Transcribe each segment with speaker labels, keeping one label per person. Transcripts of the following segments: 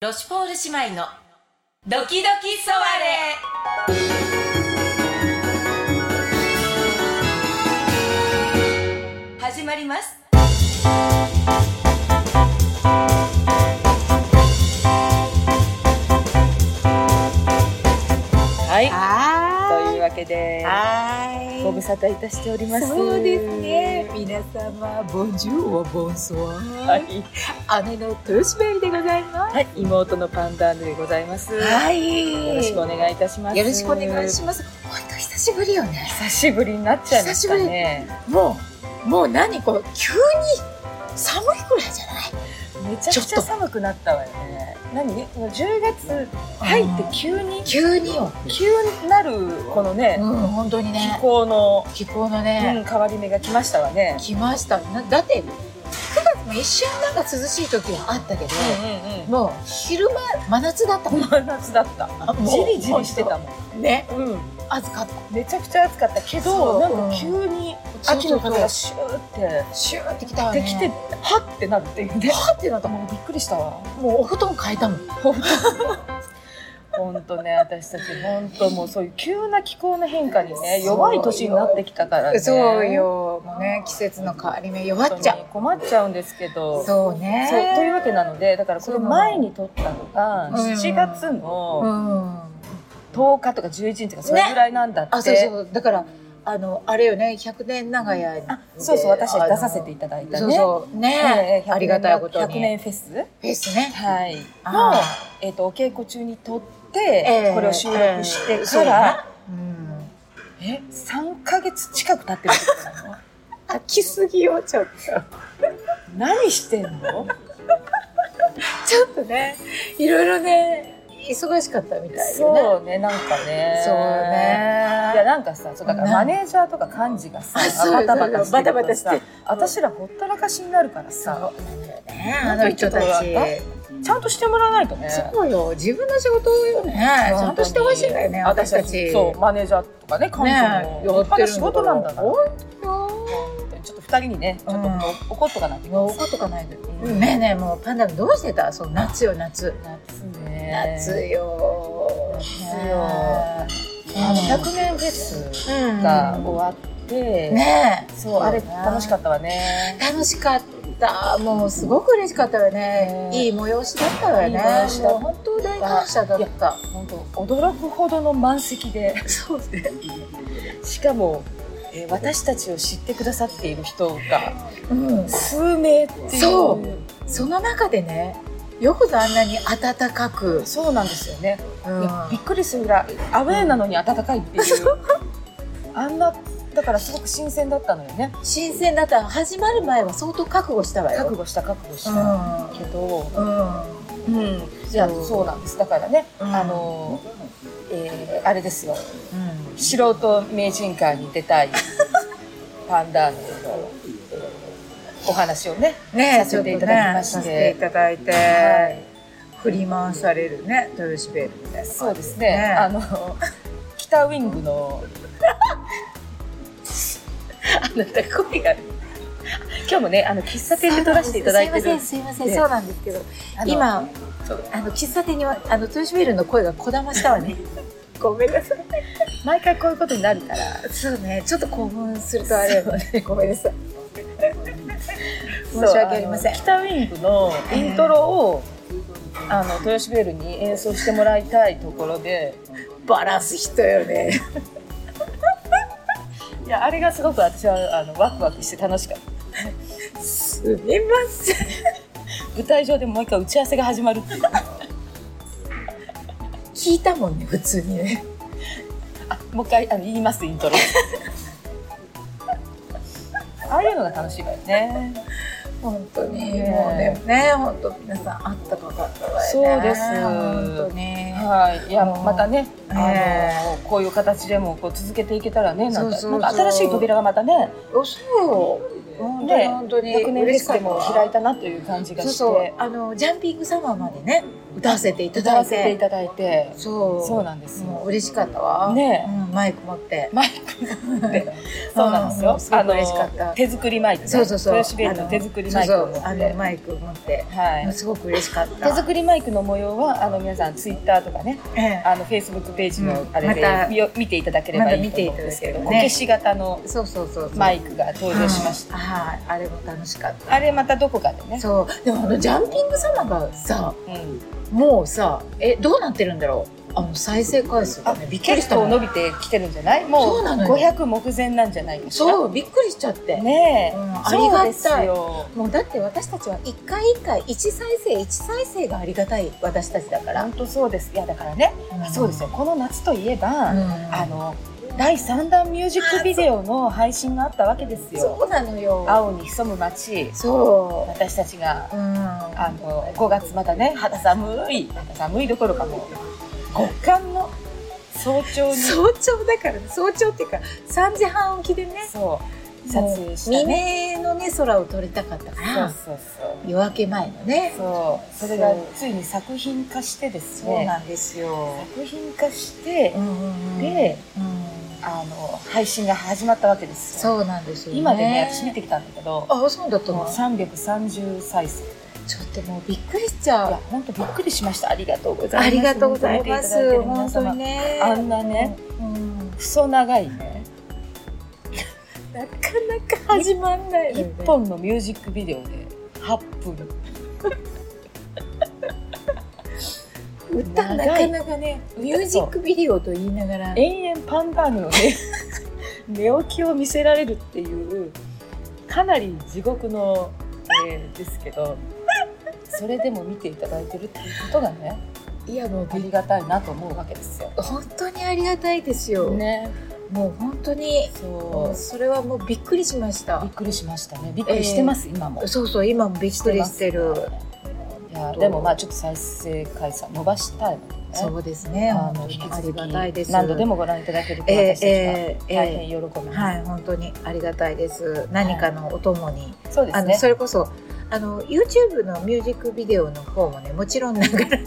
Speaker 1: ロシュポール姉妹のドキドキソワレ始まります
Speaker 2: はい。
Speaker 1: あ
Speaker 2: というわけで、
Speaker 1: は
Speaker 2: ご無沙汰いたしております。
Speaker 1: そうですね。皆様ボンジュールボンソワ
Speaker 2: はい。
Speaker 1: 姉の豊島エリでございます
Speaker 2: はい、妹のパンダーヌでございます。
Speaker 1: い
Speaker 2: よろしくお願いいたします。
Speaker 1: よろしくお願いします本当久しぶりよね
Speaker 2: 久しぶりになっちゃいましたね。
Speaker 1: もうもう何こう急に寒いくらいじゃない
Speaker 2: めちゃくちゃ寒くなったわよね。何この10月入って急に、
Speaker 1: 急によ、
Speaker 2: 急になる、このね、
Speaker 1: うん、本当に
Speaker 2: 気
Speaker 1: ね
Speaker 2: 候の、
Speaker 1: 気候の
Speaker 2: う
Speaker 1: ね、
Speaker 2: ん、変わり目が来ましたわね。
Speaker 1: 来ましたなだって9月も一瞬なんか涼しい時はあったけど、
Speaker 2: うんうんうん。
Speaker 1: もう昼間真夏だったも
Speaker 2: 真夏だった。
Speaker 1: もう
Speaker 2: じりじりしてたも
Speaker 1: んね
Speaker 2: ん。うん。
Speaker 1: 暑かった
Speaker 2: めちゃくちゃ暑かったけ
Speaker 1: そう
Speaker 2: ど、なんか急に秋の風がシューって。
Speaker 1: シューってきたわね
Speaker 2: できて、はってなるっていうね。
Speaker 1: パーってなったもうびっくりしたわもうお布団変えたもん
Speaker 2: 本当ね、私たち本当もうそういう急な気候の変化にね、弱い年になってきたからね。
Speaker 1: そう。よもうね季節の変わり目弱っちゃ
Speaker 2: 困っちゃうんです
Speaker 1: う
Speaker 2: けど。そう。
Speaker 1: そうね
Speaker 2: というわけなので、だからこれ前に撮ったのが、
Speaker 1: うん
Speaker 2: 7月
Speaker 1: う
Speaker 2: の
Speaker 1: ん
Speaker 2: 10日とか11日とかそれぐらいなんだって。
Speaker 1: あそうそうだからあのあれよね100年長屋に
Speaker 2: あそうそう私たち出させていただいた
Speaker 1: そう
Speaker 2: ね。
Speaker 1: そうね
Speaker 2: ええ
Speaker 1: ありがたいこと
Speaker 2: 100
Speaker 1: に
Speaker 2: 年フェス
Speaker 1: フェスね
Speaker 2: はい。の
Speaker 1: あ、
Speaker 2: えっと、お稽古中に撮って、
Speaker 1: ええ
Speaker 2: これを収録して
Speaker 1: そ
Speaker 2: か
Speaker 1: うだ
Speaker 2: ら
Speaker 1: ね、うん
Speaker 2: え3ヶ月近く経ってるってこ となの
Speaker 1: 飽きすぎよちょっと
Speaker 2: 何してんの
Speaker 1: ちょっとねいろいろね忙しかったみたいよね
Speaker 2: そうねなんかね
Speaker 1: そうね
Speaker 2: いやなんかさそうだから
Speaker 1: ね
Speaker 2: マネージャーとか幹事がさ
Speaker 1: あそう
Speaker 2: バタバタして
Speaker 1: バタバタして
Speaker 2: るとさ私らほったらかしになるからさ
Speaker 1: そうなんだよねあの人たち
Speaker 2: ちゃんとしてもらわないとね
Speaker 1: そうよ自分の仕事をよねちゃんとしてほしいんだよね私たち
Speaker 2: そうマネージャーとかね幹事も
Speaker 1: ね
Speaker 2: 立派な仕事なんだから
Speaker 1: 本
Speaker 2: ちょっと二人にねちょっともう怒っとかなきゃいけ
Speaker 1: もう
Speaker 2: ない
Speaker 1: 怒っとかないで
Speaker 2: うん
Speaker 1: ねえねえもうパンダどうしてたそう夏よ夏
Speaker 2: 夏ね
Speaker 1: 夏よ
Speaker 2: 夏よあの
Speaker 1: あ
Speaker 2: 100年フェス
Speaker 1: の
Speaker 2: が終わって、
Speaker 1: ねえ
Speaker 2: そうあれ楽しかったわね。
Speaker 1: 楽しかったもうすごく嬉しかったよね
Speaker 2: ね
Speaker 1: いい催しだったわよね
Speaker 2: いい催しだった
Speaker 1: もう本当大感謝だった
Speaker 2: 本当驚くほどの満席で、
Speaker 1: そうね
Speaker 2: しかも、えー私たちを知ってくださっている人が
Speaker 1: うん
Speaker 2: 数名っていう。
Speaker 1: そその中でねよくぞあんなに温かく、
Speaker 2: そうなんですよね。
Speaker 1: うん
Speaker 2: いやびっくりするぐらいアウェーなのに暖かいっていう。 あんなだからすごく新鮮だったのよね。
Speaker 1: 新鮮だった始まる前は相当覚悟したわよ
Speaker 2: 覚悟した覚悟し
Speaker 1: う
Speaker 2: た
Speaker 1: ん
Speaker 2: けど、
Speaker 1: う
Speaker 2: うん、じゃあ
Speaker 1: そう
Speaker 2: そうなんです。だからね、
Speaker 1: うん
Speaker 2: あのえーあれですよ。
Speaker 1: ん
Speaker 2: 素人名人会に出 たいパンダーヌのお話をね、
Speaker 1: ねえ
Speaker 2: さ
Speaker 1: ちょ
Speaker 2: せ
Speaker 1: っとね
Speaker 2: ていただきまして
Speaker 1: させていただい
Speaker 2: は
Speaker 1: て、振り回されるね豊洲ベルみたいな
Speaker 2: そうです
Speaker 1: ね
Speaker 2: ねあの北ウィング の
Speaker 1: あなた声が
Speaker 2: 今日もねあの喫茶店で撮らせていただいてる
Speaker 1: すいませんすいません
Speaker 2: で
Speaker 1: そうなんですけど
Speaker 2: あの
Speaker 1: 今
Speaker 2: そう
Speaker 1: あの喫茶店にはあの豊洲ベルの声がこだましたわね ごめんなさい
Speaker 2: 毎回こういうことになるから
Speaker 1: そうねちょっと興奮するとあれよねごめんなさい
Speaker 2: そ う
Speaker 1: 申し訳ありません
Speaker 2: の北ウィングのイントロを、あの豊洲ベルに演奏してもらいたいところで
Speaker 1: バランス人よね
Speaker 2: いやあれがすごく私はあのワクワクして楽しかった
Speaker 1: すみません。
Speaker 2: 舞台上でもう一回打ち合わせが始まる っていう
Speaker 1: 聞いたもんね、普通にね。
Speaker 2: あもう一回あの言いますイントロああいうのが楽しいわよね
Speaker 1: 本当に。
Speaker 2: ね
Speaker 1: もうね、ね、本当皆さんあったかかったわよね。
Speaker 2: そうです
Speaker 1: 本当に。
Speaker 2: はいいや
Speaker 1: うん
Speaker 2: またね、
Speaker 1: え
Speaker 2: あのこういう形でもこう続けていけたらねな
Speaker 1: そ
Speaker 2: んか
Speaker 1: うそうそう
Speaker 2: なんか新しい扉がまたね
Speaker 1: おそう。本当に
Speaker 2: ね
Speaker 1: 本当に
Speaker 2: 100年フェ
Speaker 1: 嬉し
Speaker 2: ス
Speaker 1: かっ
Speaker 2: で
Speaker 1: た
Speaker 2: も
Speaker 1: わ。
Speaker 2: 開いたなという感じが
Speaker 1: そう
Speaker 2: して
Speaker 1: そうあのジャンピングサマーまでね歌わせていた
Speaker 2: 歌
Speaker 1: だ
Speaker 2: わ
Speaker 1: い
Speaker 2: せてい
Speaker 1: て
Speaker 2: ただいて
Speaker 1: そう
Speaker 2: そうなんです
Speaker 1: も
Speaker 2: よ
Speaker 1: う嬉しかったわ
Speaker 2: ねえ
Speaker 1: うんマイク持って
Speaker 2: マイク持ってそうなんですよ、
Speaker 1: うんすごく嬉しかった
Speaker 2: あの手作りマイクね
Speaker 1: そうそうそう
Speaker 2: 豊島園の手作りマイク
Speaker 1: そ
Speaker 2: を
Speaker 1: う
Speaker 2: 持
Speaker 1: そう
Speaker 2: っ
Speaker 1: あ
Speaker 2: て
Speaker 1: のマイク持って
Speaker 2: はい
Speaker 1: すごく嬉しかった
Speaker 2: 手作りマイクの模様はあの皆さんツイッターとかね
Speaker 1: ええ
Speaker 2: あのフェイスブックページの
Speaker 1: うん
Speaker 2: あれで、
Speaker 1: また
Speaker 2: 見よ見ていただければいいと思うんですけど、
Speaker 1: ま
Speaker 2: こ
Speaker 1: た見て
Speaker 2: け
Speaker 1: いただ
Speaker 2: し型の
Speaker 1: そうそうそうそう
Speaker 2: マ
Speaker 1: ク
Speaker 2: イクが登場しました、
Speaker 1: はいあれも楽しかっ
Speaker 2: あれまたどこかで
Speaker 1: た
Speaker 2: ね
Speaker 1: そうでもあのジャンピング様がさ
Speaker 2: うん、
Speaker 1: もうさえどうなってるんだろうあの再生回数が
Speaker 2: あ
Speaker 1: ねびっくりし
Speaker 2: 結
Speaker 1: た
Speaker 2: 構
Speaker 1: も
Speaker 2: 伸
Speaker 1: ん
Speaker 2: びてきてるんじゃないも
Speaker 1: そう
Speaker 2: う
Speaker 1: なのよ
Speaker 2: 500目前なんじゃないですか
Speaker 1: そうびっくりしちゃって、
Speaker 2: ねえ、
Speaker 1: うん
Speaker 2: そう
Speaker 1: ありがたい
Speaker 2: ですよ
Speaker 1: もうだって私たちは一回一回一再生一再生がありがたい私たちだから、
Speaker 2: 本当そうですいやだからね、あそうですよ、この夏といえば、あ
Speaker 1: あの
Speaker 2: の第3弾ミュージックビデオの配信があったわけですよ
Speaker 1: そうなのよ
Speaker 2: 青に潜む街
Speaker 1: そ
Speaker 2: 私たちが
Speaker 1: ううん
Speaker 2: あの5月まだね肌寒い肌寒いどころかもう極寒の早朝にそう
Speaker 1: 早朝だから、ね、早朝っていうか3時半起きでね
Speaker 2: 撮影した
Speaker 1: もう
Speaker 2: ね
Speaker 1: 未明のね空を撮りたかったか
Speaker 2: そ
Speaker 1: ら
Speaker 2: うそうそう
Speaker 1: 夜明け前のね
Speaker 2: そうそれがついに作品化してです
Speaker 1: そう
Speaker 2: ね
Speaker 1: なんですよ、
Speaker 2: 作品化して
Speaker 1: う、んうんうん
Speaker 2: で
Speaker 1: うん
Speaker 2: あの配信が始まったわけですよ
Speaker 1: そうなんですよ、ね、
Speaker 2: 今でね私見てきたんだけど
Speaker 1: あそうだった
Speaker 2: もう
Speaker 1: のちょ
Speaker 2: 330再生い
Speaker 1: っともうびっくりしちゃ
Speaker 2: や
Speaker 1: う
Speaker 2: 本当びっくりしましたありがとうございます
Speaker 1: ありがとうございま
Speaker 2: 見て
Speaker 1: す
Speaker 2: いただいてる皆
Speaker 1: 本
Speaker 2: 様
Speaker 1: 当にね
Speaker 2: あんなね
Speaker 1: うん
Speaker 2: クソ長いね
Speaker 1: なかなか始まんないのよね
Speaker 2: 1本のミュージックビデオで8分
Speaker 1: 歌なかなかねミュージックビデオと言いながら
Speaker 2: 延々パンダーヌのね 寝起きを見せられるっていうかなり地獄の、えーですけどそれでも見ていただいてるっていうことがね
Speaker 1: いやもう
Speaker 2: ありがたいなと思うわけですよ。
Speaker 1: 本当にありがたいですよ、
Speaker 2: ね、
Speaker 1: もう本当に
Speaker 2: そ
Speaker 1: それはもうびっくりしまし
Speaker 2: うび
Speaker 1: た
Speaker 2: っくりしましたねびっくりしてます、今も。
Speaker 1: そうそう今もびっくりしてる
Speaker 2: してますいやでもまあちょっと再生回数は伸ばしたいのでね。
Speaker 1: そうですね
Speaker 2: あ
Speaker 1: 本
Speaker 2: の
Speaker 1: 当
Speaker 2: 引
Speaker 1: に
Speaker 2: き
Speaker 1: あ
Speaker 2: 続
Speaker 1: り
Speaker 2: き
Speaker 1: がたいです
Speaker 2: 何度でもご覧いただけると
Speaker 1: え
Speaker 2: 私た
Speaker 1: え
Speaker 2: ちは
Speaker 1: ええ
Speaker 2: 大
Speaker 1: え
Speaker 2: 変喜びます。
Speaker 1: えはい本当にありがたいです何かのお供に、
Speaker 2: そうで
Speaker 1: あ
Speaker 2: す
Speaker 1: の
Speaker 2: ね
Speaker 1: そ。れこそあの YouTube のミュージックビデオの方もねもちろん流れて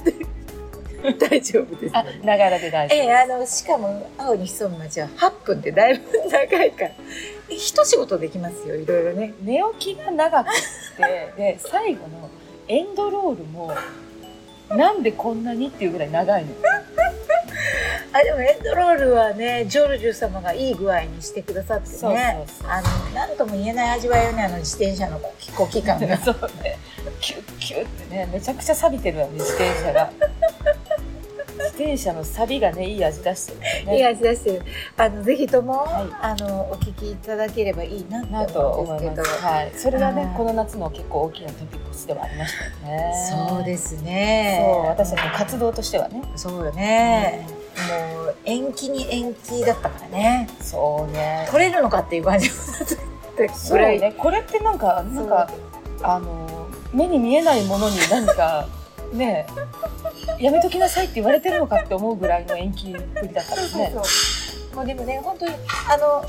Speaker 1: 大丈夫です
Speaker 2: あ、ながらで大丈夫。
Speaker 1: ええあのしかも青に潜む街は8分ってだいぶ長いから一仕事できますよいろいろね
Speaker 2: 寝起きが長くってで最後のエンドロールもなんでこんなにっていうぐらい長いの
Speaker 1: あでもエンドロールはねジョルジュ様がいい具合にしてくださってね
Speaker 2: そうそう
Speaker 1: あの何とも言えない味わいよねあの自転車の飛行機感 が
Speaker 2: そうそうねキュッキュッってねめちゃくちゃ錆びてるわね自転車が自転車の錆がねいい味出してるからね
Speaker 1: いい味出してるあのぜひとも、
Speaker 2: はい
Speaker 1: あのお聞きいただければいいな
Speaker 2: な
Speaker 1: って
Speaker 2: と
Speaker 1: 思うん
Speaker 2: 思い
Speaker 1: ですけど
Speaker 2: ます、はい、それがね
Speaker 1: あー
Speaker 2: この夏の結構大きなトピックスではありましたよね
Speaker 1: そうですすね
Speaker 2: そう私たちの活動としてはね、
Speaker 1: そうよね、もう延期に延期だったからね
Speaker 2: そうね
Speaker 1: 取れるのかっていう感じもだった
Speaker 2: そ
Speaker 1: ぐ
Speaker 2: う
Speaker 1: らい
Speaker 2: ね、これってなんかなんかあの目に見えないものに何 かねえやめときなさいって言われてるのかって思うぐらいの延期っぷりだからね
Speaker 1: そうそうもうでもね本当にあの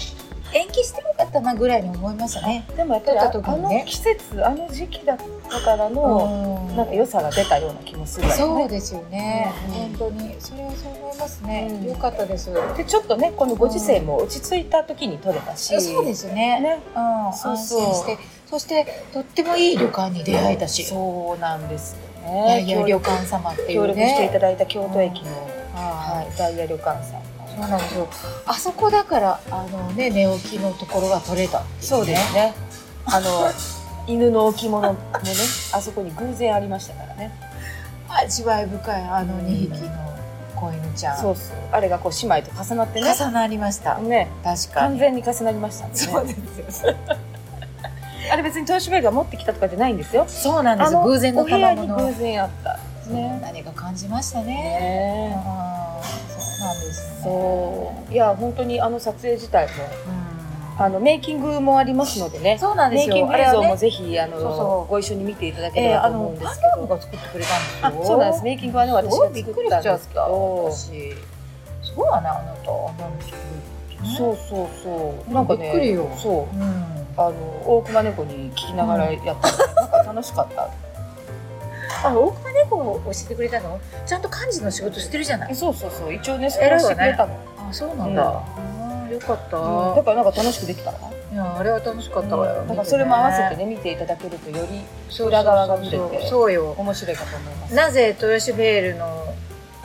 Speaker 1: 延期してよかったなぐらいに思いましたね
Speaker 2: でもやっぱりあ
Speaker 1: 撮った
Speaker 2: あ
Speaker 1: 時にね
Speaker 2: の季節あの時期だったからの、なんか良さが出たような気もするわよ
Speaker 1: そう
Speaker 2: ね
Speaker 1: ですよね、
Speaker 2: うん
Speaker 1: 本当にそれはそう思いますね、
Speaker 2: うん
Speaker 1: よかったです
Speaker 2: でちょっとねこのご時世も落ち着いた時に撮れたし、
Speaker 1: そうですね
Speaker 2: ね
Speaker 1: うん
Speaker 2: そうそう
Speaker 1: 安心してそしてとってもいい旅館に出会えたし、
Speaker 2: そうなんですよ
Speaker 1: ダ
Speaker 2: ね
Speaker 1: イヤ旅館様ってい
Speaker 2: 協
Speaker 1: うね
Speaker 2: 力していただいた京都駅の、
Speaker 1: は
Speaker 2: はいい、ダイヤ旅館さん
Speaker 1: そ
Speaker 2: の
Speaker 1: うなんですよあそこだからあのね寝起きのところが取れたってい
Speaker 2: そうですね。あの 犬の置物もね、あそこに偶然ありましたからね。
Speaker 1: 味わい深いあの2匹の子犬ちゃん、
Speaker 2: そうそう。あれがこう姉妹と重なってね。
Speaker 1: 重なりました
Speaker 2: ね、
Speaker 1: 確か
Speaker 2: 完
Speaker 1: に
Speaker 2: 全に重なりましたんで
Speaker 1: そう
Speaker 2: ね。
Speaker 1: ですよ
Speaker 2: あれ別に豊島園が持ってきたとかじゃないんですよ。
Speaker 1: そうなんで
Speaker 2: あ
Speaker 1: す偶然の
Speaker 2: お部屋
Speaker 1: 賜
Speaker 2: に
Speaker 1: 物
Speaker 2: 偶然あったんですね。
Speaker 1: 何か感じましたねうん
Speaker 2: ね
Speaker 1: そうなんですね
Speaker 2: そう。いや本当にあの撮影自体も
Speaker 1: うん
Speaker 2: あのメイキングもありますのでね。
Speaker 1: そうなんで
Speaker 2: メ
Speaker 1: す
Speaker 2: イ
Speaker 1: よ
Speaker 2: キング映
Speaker 1: あれ
Speaker 2: 像
Speaker 1: はね
Speaker 2: もぜひあの
Speaker 1: そうそう
Speaker 2: ご一緒に見ていただけれ
Speaker 1: えー、
Speaker 2: ば
Speaker 1: あ
Speaker 2: と思
Speaker 1: の
Speaker 2: うんで
Speaker 1: パ
Speaker 2: す
Speaker 1: ン
Speaker 2: け
Speaker 1: ダム
Speaker 2: ど。
Speaker 1: が作ってくれた
Speaker 2: あ
Speaker 1: んですよ
Speaker 2: そうなんです。メイキングはね私が
Speaker 1: びっ
Speaker 2: 作
Speaker 1: く
Speaker 2: っ
Speaker 1: り
Speaker 2: た
Speaker 1: し
Speaker 2: ん
Speaker 1: ちゃ
Speaker 2: で
Speaker 1: っ
Speaker 2: すけ
Speaker 1: た
Speaker 2: ど。
Speaker 1: 私すごいわねあなたあんなの作るね
Speaker 2: そうそうそう。なんかね、
Speaker 1: びっくりよ
Speaker 2: そうう。
Speaker 1: ん
Speaker 2: あの大熊猫に聞きながらやった、なんか楽しかった。
Speaker 1: あ大熊猫を教えてくれたのちゃんと漢字の仕事してるじゃない
Speaker 2: そうそうそう一応ね
Speaker 1: 偉いわね
Speaker 2: してくれたの、
Speaker 1: あそうなんだ、
Speaker 2: うん
Speaker 1: あーよかった、
Speaker 2: うんだからなんか楽しくできたのか
Speaker 1: いやあれは楽しかったわよ、
Speaker 2: だからそれも合わせて
Speaker 1: ね
Speaker 2: ね見ていただけるとより
Speaker 1: そうそうそう
Speaker 2: 裏側が見れて
Speaker 1: そうよ
Speaker 2: 面白いかと思います
Speaker 1: なぜ豊シベールの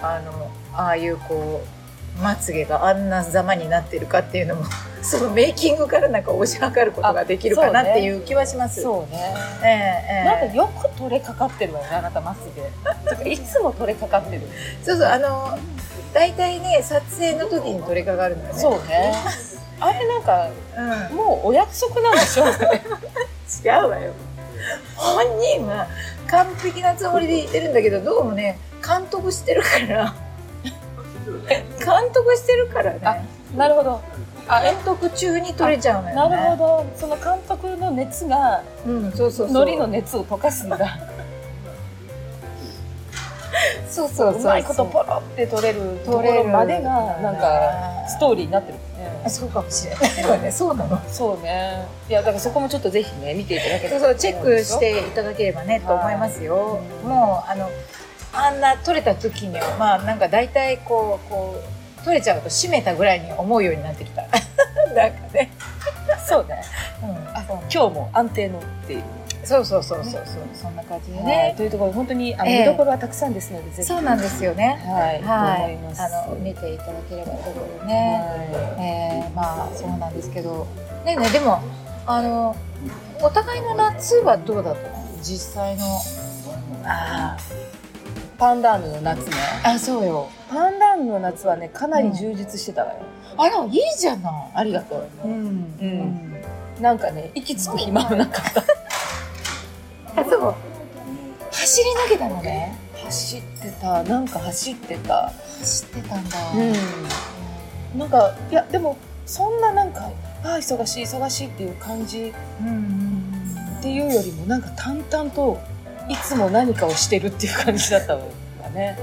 Speaker 1: あのああいうこうまつげがあんなざまになってるかっていうのも そのメイキングからなんか推し量ることができるかな
Speaker 2: あそうね
Speaker 1: っていう気はします。
Speaker 2: そうね
Speaker 1: ええ
Speaker 2: なん
Speaker 1: え
Speaker 2: か
Speaker 1: え
Speaker 2: よく取れかかってるわよねあなたまつ げとかいつも取れかかってる
Speaker 1: そうそうあの大体ね撮影の時に取れかかるのよね。
Speaker 2: そうねあれなんか
Speaker 1: うん、
Speaker 2: もうお約束なんでしょうね
Speaker 1: 違うわよ。本人は完璧なつもりで言ってるんだけどどうもね監督してるから 監督してるから
Speaker 2: あ
Speaker 1: ね
Speaker 2: なるほどあえ
Speaker 1: 監督中に取れちゃうのよね。
Speaker 2: なるほどその監督の熱が
Speaker 1: うん、そうそうそう。
Speaker 2: 海苔の熱を溶かすんだ
Speaker 1: そうそうそう。
Speaker 2: うまいことポロって取れるところまでがなんかストーリーになってるもんね
Speaker 1: あそうかもしれないわね。そうなの。
Speaker 2: そうね。いやだからそこもちょっとぜひね見ていただけ
Speaker 1: そ
Speaker 2: た
Speaker 1: う
Speaker 2: ら
Speaker 1: そうチェックしていただければねと思いますよ。もうあのあんな取れた時にはまあなんかだいたいこうこう取れちゃうと締めたぐらいに思うようになってきた。 なんかね。
Speaker 2: そうね。
Speaker 1: うん。
Speaker 2: あ今日も安定のっていう
Speaker 1: そうそうそうそうそう。
Speaker 2: そんな感じで
Speaker 1: ね
Speaker 2: ね。というところ本当にあの、
Speaker 1: ええ
Speaker 2: 見どころはたくさんですのでぜひ
Speaker 1: そうなんですよね。
Speaker 2: はい、
Speaker 1: はい
Speaker 2: 思いま。す。
Speaker 1: あの見ていただければと思うね。
Speaker 2: は
Speaker 1: えー、まあそうなんですけどねえねえでもあのお互いの夏はどうだったの実際の
Speaker 2: いあーパンダーヌの夏ね。
Speaker 1: あそうよ
Speaker 2: パンダーヌの夏はねかなり充実してたわよ。
Speaker 1: あらいいじゃない
Speaker 2: ありがと
Speaker 1: うん
Speaker 2: んう。なんかね息つく暇もなかった。
Speaker 1: あそう走り抜けたのね
Speaker 2: 走ってたなんか走ってた。
Speaker 1: 走ってたんだ、
Speaker 2: うん、なんかいやでもそんななんかああ忙しい忙しいっていう感じ
Speaker 1: うんうん
Speaker 2: っていうよりもなんか淡々といつも何かをしてるっていう感じだったのだね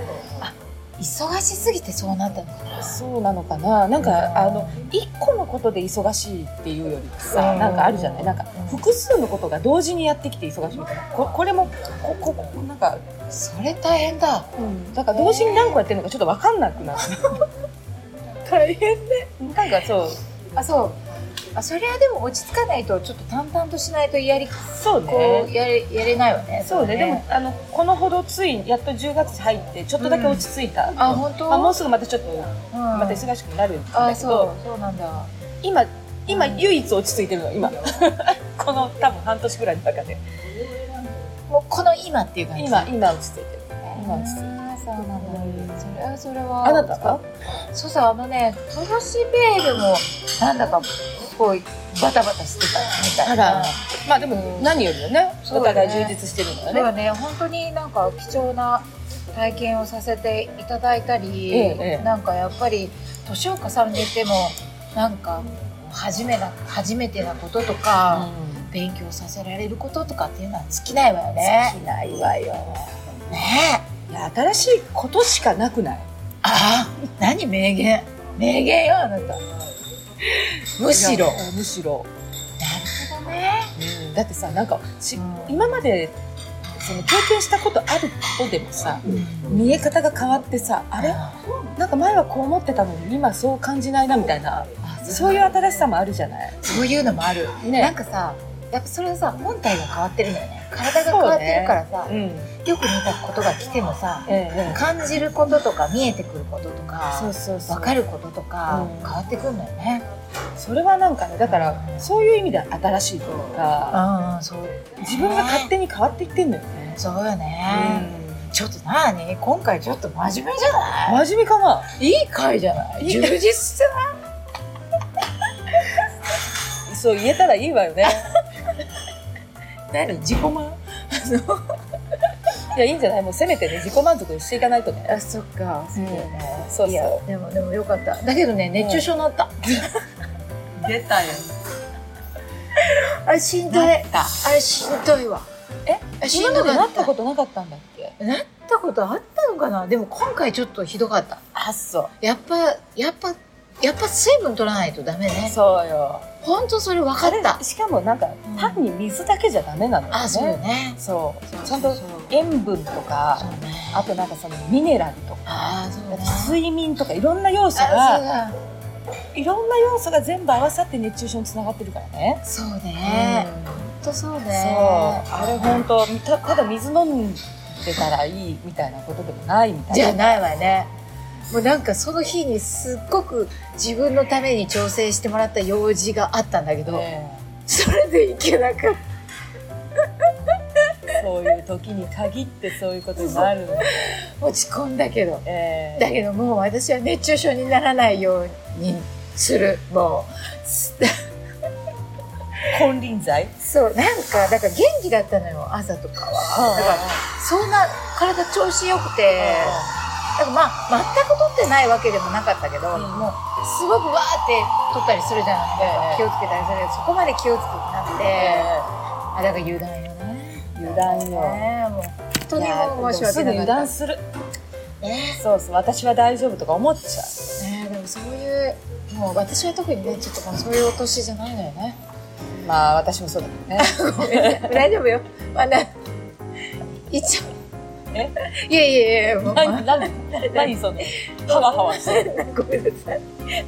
Speaker 1: 忙しすぎてそうなったのかな
Speaker 2: そうなのかななんかあの
Speaker 1: うん
Speaker 2: 一個のことで忙しいっていうより
Speaker 1: う
Speaker 2: さ
Speaker 1: ん
Speaker 2: なんかあるじゃないなんか
Speaker 1: うん
Speaker 2: 複数のことが同時にやってきて忙しいみたいなここれもこここなんか、
Speaker 1: それ大変だ
Speaker 2: だから同時に何個やってるのかちょっと分かんなくなって
Speaker 1: 大変ね
Speaker 2: なんかそう
Speaker 1: あそうあそれはでも落ち着かないとちょっと淡々としないとやり
Speaker 2: そう
Speaker 1: こ
Speaker 2: ね
Speaker 1: うやれやれないわね
Speaker 2: そうね、でもあのこのほどついやっと10月入ってちょっとだけ落ち着いた、
Speaker 1: あ本当
Speaker 2: まあ、もうすぐまたちょっと
Speaker 1: うん
Speaker 2: また忙しくなるんだ
Speaker 1: あ
Speaker 2: け
Speaker 1: そ
Speaker 2: ど
Speaker 1: うそうなんだ
Speaker 2: 今今
Speaker 1: うん
Speaker 2: 唯一落ち着いてるの今 この多分半年ぐらいの中で
Speaker 1: もうこの今っていう感じ
Speaker 2: 今今落ち着いてる今落ち着いてる
Speaker 1: あーそうなんだそれはそれは
Speaker 2: あなたは
Speaker 1: そうそうあのねトロシベールもなんだかこうバタバタしてたみたいな
Speaker 2: まあでも何よりもね
Speaker 1: そう
Speaker 2: お
Speaker 1: だね
Speaker 2: 互い充実してるの
Speaker 1: で
Speaker 2: よ
Speaker 1: は
Speaker 2: ね
Speaker 1: ね本当になんか貴重な体験をさせていただいたり、
Speaker 2: ええええ
Speaker 1: なんかやっぱり年を重ねてもなんか初めな初めてなこととか、
Speaker 2: うん
Speaker 1: 勉強させられることとかっていうのは尽きないわよね
Speaker 2: 尽きないわよ
Speaker 1: ねえ
Speaker 2: いや新しいことしかなくない
Speaker 1: ああ何名言名言よあなたむしろ
Speaker 2: いやむしろ、
Speaker 1: ほどね
Speaker 2: だってさなんかし
Speaker 1: うん
Speaker 2: 今までその経験したことあることでもさ見え方が変わってさあ
Speaker 1: あ
Speaker 2: れなんか前はこう思ってたのに今そう感じないなみたいなそういう新しさもあるじゃない
Speaker 1: そういうのもある、
Speaker 2: ね
Speaker 1: なんかさやっぱそれはさ本体が変わってるのよね体が変わってるからさ、
Speaker 2: うん
Speaker 1: よく似たことが来てもさ
Speaker 2: ええ
Speaker 1: 感じることとか見えてくることと
Speaker 2: そう
Speaker 1: か
Speaker 2: そうそ
Speaker 1: 分
Speaker 2: う
Speaker 1: かることとか
Speaker 2: うん
Speaker 1: 変わってくるのよね
Speaker 2: それはなんかねだからそういう意味で新しいというか
Speaker 1: うんそう
Speaker 2: 自分が勝手に変わっていってんのよね、
Speaker 1: そうよね、
Speaker 2: う
Speaker 1: ちょっとなに今回ちょっと真面目じゃない
Speaker 2: ん、真面目かない
Speaker 1: い回じゃ ない充実してない
Speaker 2: そう言えたらいいわよね
Speaker 1: 何自己満
Speaker 2: いやいいんじゃないもうせめてね自己満足していかないとね
Speaker 1: あそっかそうだよね、
Speaker 2: うんそうそう
Speaker 1: いやでもでもよかっただけどね熱中症になった、
Speaker 2: 出たよ
Speaker 1: あれしんどい
Speaker 2: な
Speaker 1: あ
Speaker 2: った
Speaker 1: れしんどいわ
Speaker 2: え
Speaker 1: あしん
Speaker 2: 今
Speaker 1: ど
Speaker 2: ま
Speaker 1: かった
Speaker 2: でなったことなかったんだっけ
Speaker 1: なったことあったのかなでも今回ちょっとひどかった
Speaker 2: あそ
Speaker 1: やっぱやっぱやっぱ水分取らないとダメ
Speaker 2: う
Speaker 1: ね
Speaker 2: そうよ
Speaker 1: ほんとそれ分かった
Speaker 2: しかもなんか単に水だけじゃダメなのよね
Speaker 1: あそうよね
Speaker 2: そう
Speaker 1: そう
Speaker 2: ちゃんと
Speaker 1: そう
Speaker 2: 塩分とか
Speaker 1: うね
Speaker 2: あとなんかそのミネラルとか
Speaker 1: ああそうね
Speaker 2: 睡眠とかいろんな要素が
Speaker 1: あ
Speaker 2: いろんな要素が全部合わさって熱中症につながってるからね。
Speaker 1: そうだそうね
Speaker 2: うん
Speaker 1: 本当そうね
Speaker 2: そうあれ本当たただ水飲んでたらいいみたいなことでもないみたい
Speaker 1: じ
Speaker 2: な
Speaker 1: ゃないわねもうなんかその日にすっごく自分のために調整してもらった用事があったんだけど、
Speaker 2: え
Speaker 1: それでいけなかっ
Speaker 2: えそういう時に限ってそういうことになるの、
Speaker 1: た落ち込んだけど
Speaker 2: ええ
Speaker 1: だけどもう私は熱中症にならないようにするもう す
Speaker 2: 金輪際
Speaker 1: そうなんかだから元気だったのよ朝とかはだからそんな体調子良くてだからまあ全く取ってないわけでもなかったけど、
Speaker 2: うん
Speaker 1: もうすごくわーって取ったりするじゃない
Speaker 2: ええ
Speaker 1: 気をつけたりするけどそこまで気をつけてなくて、
Speaker 2: え
Speaker 1: あだから油断よね
Speaker 2: え油断よ
Speaker 1: ねえもう本当にもう
Speaker 2: い
Speaker 1: 申
Speaker 2: や
Speaker 1: し
Speaker 2: すぐ
Speaker 1: 訳
Speaker 2: 油
Speaker 1: なかっ
Speaker 2: 断
Speaker 1: た
Speaker 2: する
Speaker 1: ね
Speaker 2: そうそう私は大丈夫とか思っちゃ
Speaker 1: ねえでもそういうもう私は特にねちょっともうそういうお年じゃないのよね
Speaker 2: うまあ私もそうだけ どね
Speaker 1: ごめんね 大丈夫よまあね一応
Speaker 2: え
Speaker 1: いやいやいやもう、まあ
Speaker 2: 何何何そのハワハワしてる
Speaker 1: ごめんなさい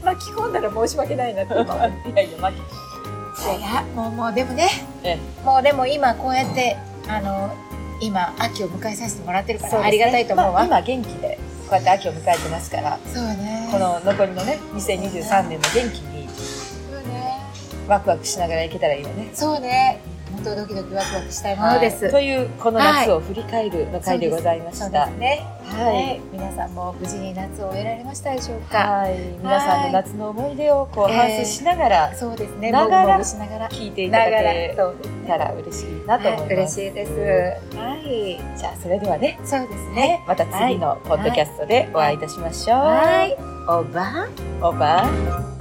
Speaker 1: 巻き込んだら申し訳ないなって今思う
Speaker 2: いやいやマキ
Speaker 1: いやもうもうでもね
Speaker 2: え
Speaker 1: もうでも今こうやってあの今秋を迎えさせてもらってるから、ありがたいと思う
Speaker 2: まあ
Speaker 1: わ、
Speaker 2: 今元気でこうやって秋を迎えてますから
Speaker 1: そうね
Speaker 2: この残りのね2023年も元気に
Speaker 1: そうね
Speaker 2: ワクワクしながらいけたらいいよね。
Speaker 1: そうね本当ドキドキワクワクしたいものです、
Speaker 2: はいというこの夏を振り返るの回でございま
Speaker 1: そ
Speaker 2: し
Speaker 1: う
Speaker 2: た。
Speaker 1: で
Speaker 2: は
Speaker 1: すね
Speaker 2: はい
Speaker 1: 皆さんも無事に夏を終えられましたでしょう
Speaker 2: い、
Speaker 1: か、
Speaker 2: 皆さんの夏の思い出をこう反省しながら
Speaker 1: そうですね
Speaker 2: ながら
Speaker 1: もぐもぐしながら
Speaker 2: 聞いてい
Speaker 1: な
Speaker 2: た
Speaker 1: が
Speaker 2: だ
Speaker 1: ら
Speaker 2: け
Speaker 1: そうですね
Speaker 2: たら嬉しいなと思
Speaker 1: はいい
Speaker 2: ま
Speaker 1: 嬉
Speaker 2: す。
Speaker 1: しいですはい
Speaker 2: じゃあそれではね、
Speaker 1: そうですね
Speaker 2: また次のポッドキャストでお会いいたしましょう。
Speaker 1: はいおば
Speaker 2: オーバー。